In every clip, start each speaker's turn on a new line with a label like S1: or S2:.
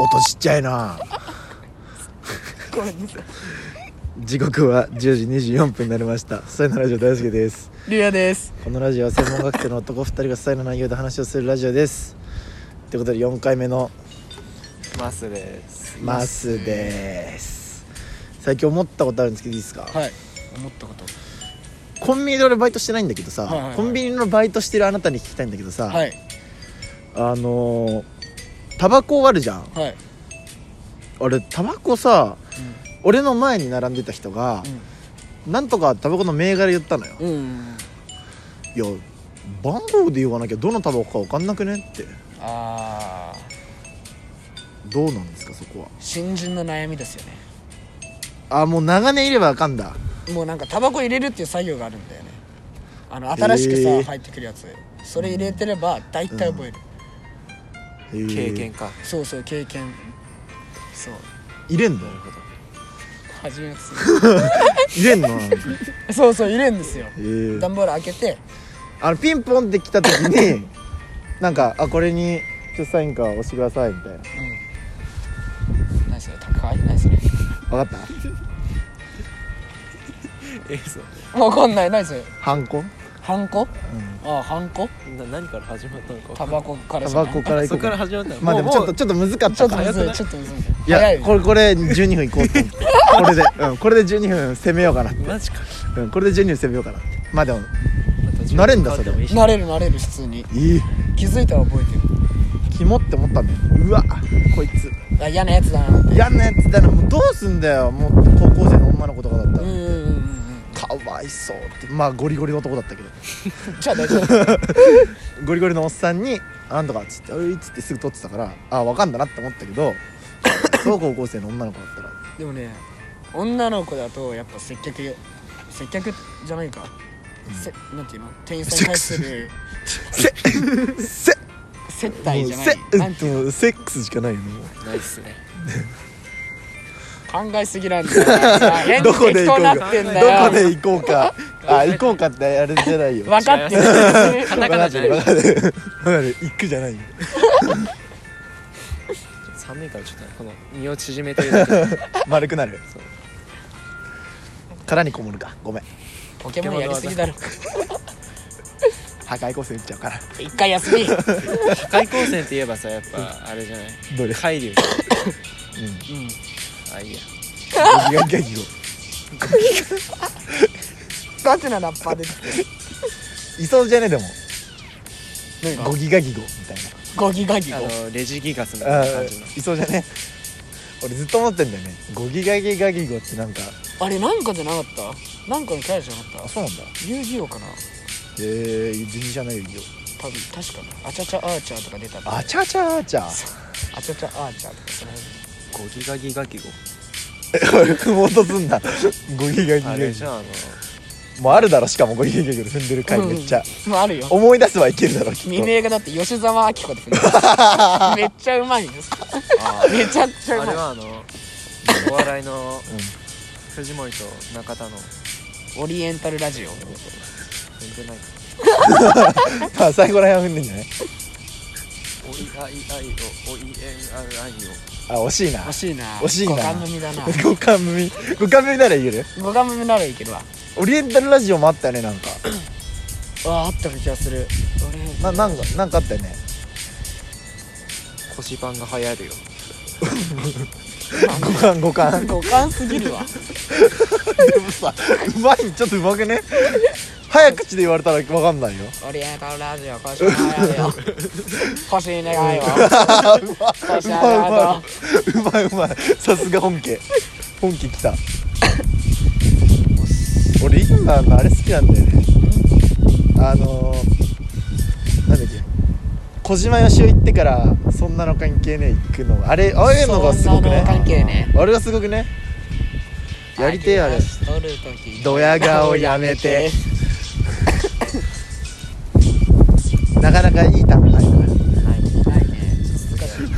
S1: 音ちっちゃいな
S2: ごめんなさい
S1: 時刻は10時24分になりましたサイナラジオ大好きです
S2: リアです
S1: このラジオは専門学生の男2人がサイの内容で話をするラジオですということで4回目の
S2: マスです
S1: マスです最近思ったことあるんですけどいいですか、
S2: はい思ったこと
S1: コンビニで俺バイトしてないんだけどさ、
S2: はいはいはい
S1: コンビニのバイトしてるあなたに聞きたいんだけどさ、
S2: はい
S1: あのータバコあるじゃん
S2: はい
S1: 俺タバコさ俺の前に並んでた人が、なんとかタバコの銘柄言ったのよ、
S2: うんうん
S1: いや番号で言わなきゃどのタバコか分かんなくねって
S2: ああ
S1: どうなんですかそこは
S2: 新人の悩みですよね
S1: あもう長年いればあかんだ
S2: もうなんかタバコ入れるっていう作業があるんだよねあの新しくさ、
S1: へー
S2: 入ってくるやつそれ入れてれば大体覚える、
S1: 経
S3: 経験か
S2: そうそう経験そう
S1: 入れん の
S2: 初めて
S1: 入れん のなんか
S2: そうそう入れるんですよ
S1: えー
S2: 段ボール開けて
S1: あのピンポンって来た時になんかあこれにちょっとサインか押してくださいみたいな
S2: うん何それ高い何それ
S1: 分かった
S3: えそう
S2: わかんない何それ
S1: ハンコ
S2: ハンコ、ああハンコ
S3: な何から始まったのか
S2: タバコから
S1: タ
S2: じゃ
S1: バ
S2: ない
S1: コから
S3: そ
S1: 行
S3: こか
S1: こ
S3: ら始まったの
S1: うまあでもちょっと
S3: う
S1: ちょっと難かっ
S2: ちょ
S1: た
S2: っと
S1: か
S2: む
S1: ら
S2: ずいちょっとむずい
S1: いや
S2: 早い
S1: これこれ12分いこうと思ってこれで、うん、これで12分攻めようかなって、
S3: マジか
S1: うん、これで12分攻めようかなってまあでも慣
S3: 慣
S1: れんだそれ
S2: 慣れる慣れる普通に
S1: いい
S2: 気づいたら覚えてる
S1: キモって思ったんだようわこいつ
S2: あ嫌なやつだなって
S1: 嫌なやつだなもうどうすんだよもう高校生の女の子とかだったら、
S2: うんうんうんうん
S1: かわいそうってまあゴリゴリの男だったけど
S2: うんじゃあ大丈夫
S1: ゴリゴリのおっさんに「あんとか」っつって「うい」っつってすぐ撮ってたからあわかんだなって思ったけどそう高校生の女の子だったら
S2: でもね女の子だとやっぱ接客接客じゃないか、せなんていうの店員さんに対する
S1: セッセ
S2: 接待じゃないなんて
S1: ッ
S2: い
S1: も
S2: う
S1: うセックスしかないよねもう
S3: ないっすね
S2: 考えすぎなんだよさ変に
S1: どこで行
S2: 適当
S1: こう
S2: になっ
S1: か
S2: てんだ
S1: どこ
S2: よ
S1: で行こう かあ行こうかってあれじゃないよ
S2: 分か ってる
S3: カタカナじゃない
S1: わかるわかるわかる行くじゃないよ
S3: 寒いからちょっとねこの身を縮めてるだけで
S1: 丸くなる
S3: そう
S1: 殻にこもるかごめん
S2: ポケモンやりすぎだろ
S1: 破壊光線打っちゃうから
S2: 一回休み
S3: 破壊光線って言えばさやっぱあれじゃない
S1: ど れ
S3: 海流
S1: うん
S2: うん
S3: あいいや
S1: ギガギガギゴ
S2: バカなラッパーで
S1: いそうじゃねでも5ギガギゴみたい
S2: ゴギガギ
S3: あ
S2: ゴ
S3: のレジギガスみ
S1: な
S3: た
S1: あ
S3: いな感
S1: ー
S3: じの
S1: いそうじゃね俺ずっと思ってんだよね5ギガギガギゴってなんか
S2: あれなんかじゃなかったなんかのキャラじゃなか
S1: あ
S2: っ
S1: そうなんだ
S2: た遊戯王かな
S1: えー、全然じゃないよ
S2: 多分確かなあちゃちゃアーチャーとか出たんだよ
S1: あちゃちゃあちゃ
S2: あちゃちゃアーチャーとかその辺
S3: ゴギガギガギゴ
S1: ふもとすんな5ギガギ
S3: あ
S1: ガ
S3: れ
S1: ギ
S3: じゃああの
S1: ゴもうあるだろしかも5ギガギガゴで踏んでる回めっちゃ、
S2: うんまああるよ
S1: 思い出せばいけるだろきっ
S2: 未
S1: と
S2: 明がだって吉沢明子で踏んでるめっちゃうまいんです
S3: あー
S2: めちゃくちゃう
S3: あ
S2: ま
S3: れ
S2: い
S3: はあのお笑いの
S1: うん
S3: 藤森と中田の
S2: オリエンタルラジオ
S3: 全然ないか
S1: まあ最後らへんは踏んでんじゃない
S3: おいあいあいおおいえんあいあい
S1: あ惜 しいな
S2: 惜しいな
S1: 惜しいな
S2: 五感組だな
S1: 五冠組五冠組なら言える
S2: 五感組ならいいけどわ
S1: オリエンタルラジオもあったよねなんか
S2: ああった気がする俺
S1: ななんかなんかあったよね
S3: お腰パンが流行るよ
S1: 五冠五冠
S2: 五感すぎるわ
S1: でもさうまいちょっとうまくね早口で言われたらわかんないよ
S2: オリエンタルラジオ腰 払うよ腰願いを
S1: あうま
S2: 腰払う
S1: うまいうまいうまいうまいさすが本家本家来た俺今のあれ好きなんだよねあのー、なんだっけ小島よしお行ってからそんなの関係ねえ行くのがあれああいうのがすごく
S2: そんな
S1: ね
S2: の関係ね
S1: あれがすごくねやりてえあれ
S2: 撮る時
S1: ドヤ顔やめてなかなかいい単語ないから
S2: ないないね難しい
S3: 何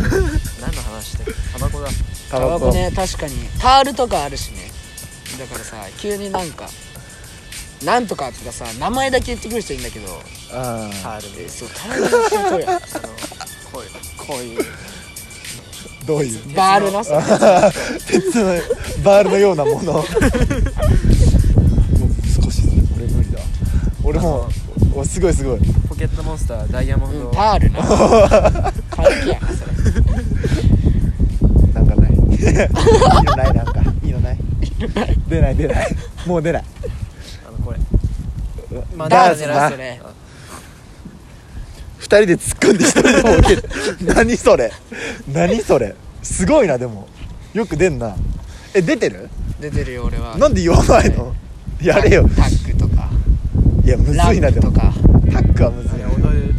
S3: の話してタバコだ
S1: タ
S2: タ
S1: バ
S2: バ
S1: コ
S2: コね確かにタールとかあるしねだからさ急になんかなんとかってかさ名前だけ言ってくる人いいんだけど
S1: ああ
S3: タールで
S2: そうタールの人とや
S3: あのこういうこういう
S1: どういう
S2: バ ールのさ
S1: 鉄のバールのようなものもう少しそれ俺無理だ俺もおすごいすごい
S3: ポケットモンスターダイヤモン
S2: う
S3: ド、
S2: んパールな関 係やなそれ
S1: なんかないいいのないなんかいいのない出ない出ないもう出ない
S3: あのこれまあ
S2: ダー
S1: ダーツ
S2: ツ
S1: な
S2: なそれ
S1: 2人で突っ込んで1人でも受ける何それ何それすごいなでもよく出んなえ出てる
S2: 出てるよ俺は
S1: なんで言わないのやれよ
S2: タッグとか
S1: いやむず
S2: ラ
S1: いな
S2: ッ
S1: で
S2: プと
S1: も
S2: か
S1: タックはむず
S3: あ
S1: い
S3: れ
S1: な
S3: 踊る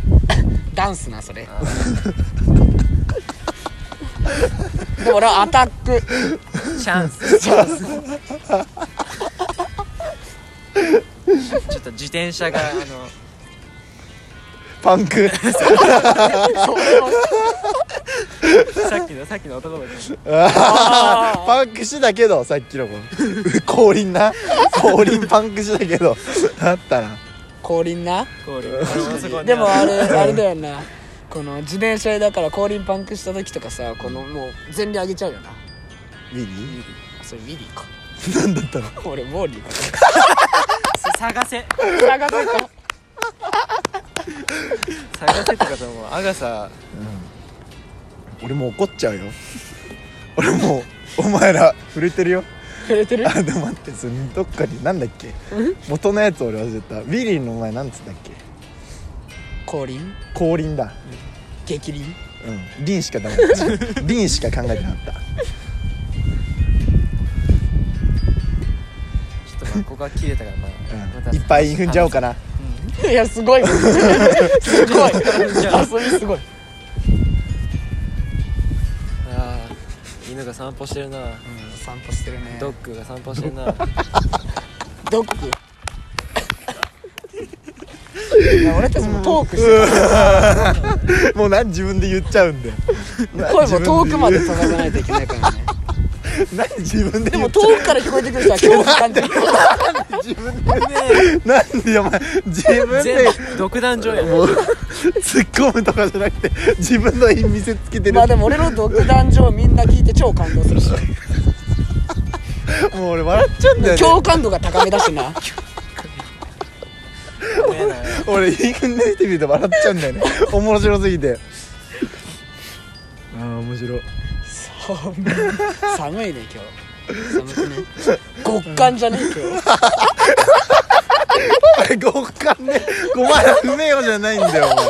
S2: ダンスなそれ
S3: あ
S2: でも俺はアタック
S3: チャンスチャンスちょっと自転車があの
S1: パンク
S2: それを
S3: さっきのさっきの男の子
S1: あーパンクしてたけどさっきのも降臨な降臨パンクしてたけどあったな
S2: 降臨な
S3: 氷あのそこに
S2: でもあれ
S3: あの
S2: あれだよなこの自転車だから後輪パンクした時とかさこのもう全輪上げちゃうよな
S1: ウィリ
S2: あそれウィリーか
S1: ー何だったの
S2: 俺モーリーか
S3: 探せ
S2: 探せか
S3: 探せとかと思うアガサ
S1: 俺もう怒っちゃうよ俺もうお前ら触れてるよ
S2: 触れてる
S1: あでも待ってそれどっかになんだっけ元のやつ俺忘れたウィリーの前なんつったっけ
S2: 後輪
S1: 降臨だ
S2: 激輪
S1: うん凛しかダメ凛しか考えてなかった
S3: ちょっとまあここが切れたからまあま
S1: う
S3: た
S1: んいっぱい踏んじゃおうかない
S2: やすごいすごい遊びすごい
S3: あー犬が散歩してるな
S2: うん散歩してるね
S3: ド
S2: ド
S3: ッグが散歩してるな
S2: ドッグいや俺たちもトークしてる
S1: もうなん自分で言っちゃうんで
S2: 声も遠くまで届かないといけないからね
S1: 何自分で
S2: で
S1: 言
S2: も
S1: っち
S2: 遠
S1: ゃ
S2: くから聞こえてくる人は恐怖感じる
S1: う なんでお前自分で
S3: 全部独壇場や
S1: もう突っ込むとかじゃなくて自分の意味見せつけてる、
S2: まあでも俺の独壇場みんな聞いて超感動するし
S1: もう俺笑っちゃうんだよ
S2: 共感度が高めだし な
S3: ごめんな
S1: ね俺言い組んでてみると笑っちゃうんだよ ね面白すぎてああ面白い
S2: 寒い寒いね今日寒くね極寒じゃね今日
S1: 五感でごまら不名誉じゃないんだよお前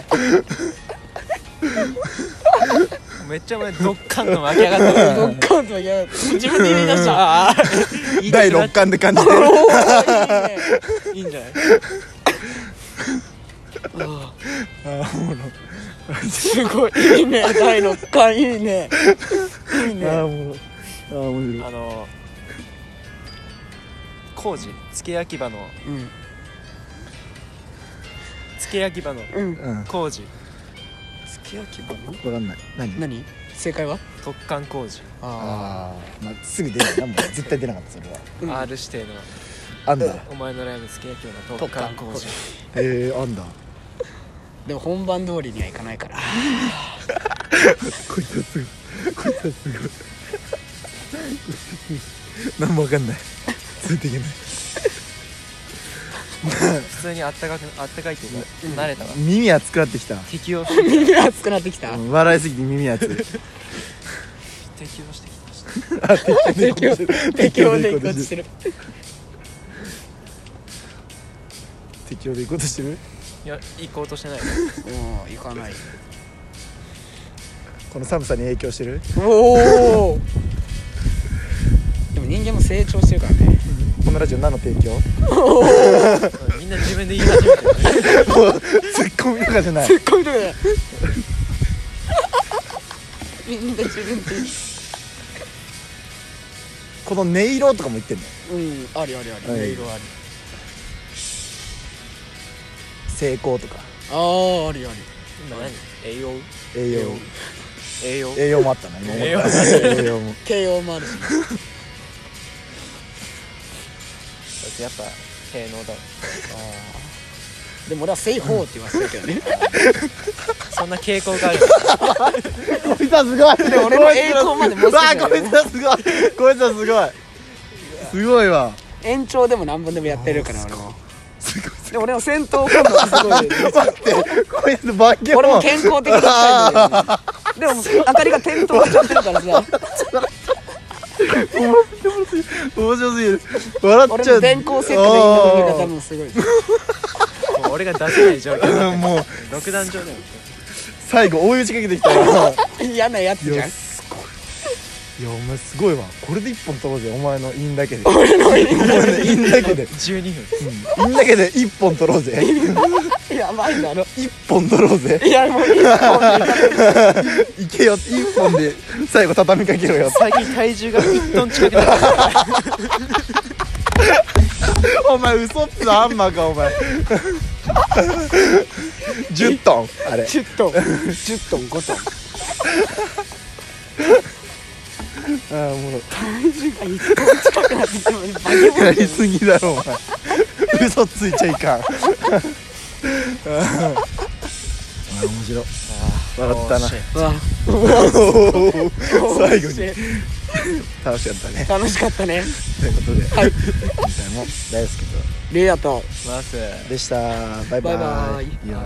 S3: めっちゃお前ドッカンの湧き上がってる
S2: 極寒とは言わない自分で言い出したあ
S3: いい
S1: 第六感で感じてる
S2: あいいね
S3: いいんじゃない
S1: あーおもろい
S2: すごいいいね第六感いいねいい
S1: あー
S2: ね
S1: おもろいあー面白い
S3: あの工事付け焼き場の
S2: うん
S3: 付け焼き場の
S2: うん
S1: うんわ
S3: 工事
S2: 付き焼き場の
S1: かんない何
S2: 何正解は
S3: 特貫工事
S1: ああまあすぐ出ないなもう絶対出なかったそれは
S2: うん
S3: R 指定の
S1: あんだ
S3: お前のライブ付け焼き場の特貫工事
S1: えー、あんだ
S2: でも本番通りにはいかないから
S1: こいつはすごいこいつはすごい何もわかんないついていけない
S3: 普通にあったかくあったかいっていうか慣れたわ
S1: 耳熱くなってきた
S3: 適応
S2: 耳熱くなってきた
S1: うん笑いすぎて耳熱
S3: 適応してきました
S2: 適応適応でいこうとしてる
S1: 適応で行こうとしてる
S3: いや行こうとして ない
S2: もう行かない
S1: この寒さに影響してる
S2: おおでも人間も成長してるからね
S1: このラジオ何の提 供
S3: みんな自分で言い始めてる
S1: もうツッコミとかじゃない
S2: 突っ込みとかねみんな自分で
S1: この音色とかも言ってんの
S2: うんありありあり
S1: はい
S2: 音色あり
S1: 成功とか
S2: あーありあり
S3: 今何栄養
S1: 栄養
S3: 栄養
S1: 栄養もあったな今思った栄養も
S2: 慶応もあるし
S3: やっぱ性能だわ
S2: あでも俺は「セイホー」って言わせたけどね
S3: そんな傾向がある
S1: こいつはすごい
S2: で俺の栄光まで持
S1: う
S2: って
S1: わ
S2: き
S1: あ
S2: たよ
S1: こいつはすごいこいつはすごいすごいわ
S2: 延長でも何分でもやってるから俺も
S1: すごい
S2: で俺の戦闘感度がすごい
S1: 待ってこいつ番犬
S2: 俺も健康的だったんだよ、ね、でも当たりが点灯しちゃってるからさ
S1: 面白すぎる笑っちゃ
S2: 俺も
S1: う
S2: 電光石火で行った見方もすごい
S3: もう俺が出せない状況
S1: うんもう
S3: 独壇場だよ
S1: 最後大打ちかけてきたよ
S2: 嫌なやつ
S1: い
S2: じゃ
S1: や
S2: ん
S1: すごいいやお前すごいわこれで一本取ろうぜお前の印だけで
S2: 俺の意
S1: 俺の印だけで
S3: 12分
S1: 印だけで一本取ろうぜ
S2: 味やばいだろ
S1: 一本取ろうぜ
S2: いやもういいよ
S1: いけよ一本で最後畳みかけろよ
S3: 最近体重が1トン近くなって
S1: お前ウソップのハンマーかお前10トンあれ
S2: 10トン10トン5トン
S1: あーもう
S2: 1トン近くなってきてもバケモン
S1: やり すぎだろお前 嘘ついちゃいかんあー面白い笑ったな
S2: わ
S1: 最後に楽しかったね
S2: 楽しかったね
S1: ということで今
S2: は
S1: 回
S2: い
S1: も大好き
S2: リュウヤと
S3: ます
S1: でしたバイバ
S2: バイバ
S1: イ
S2: イ
S1: いや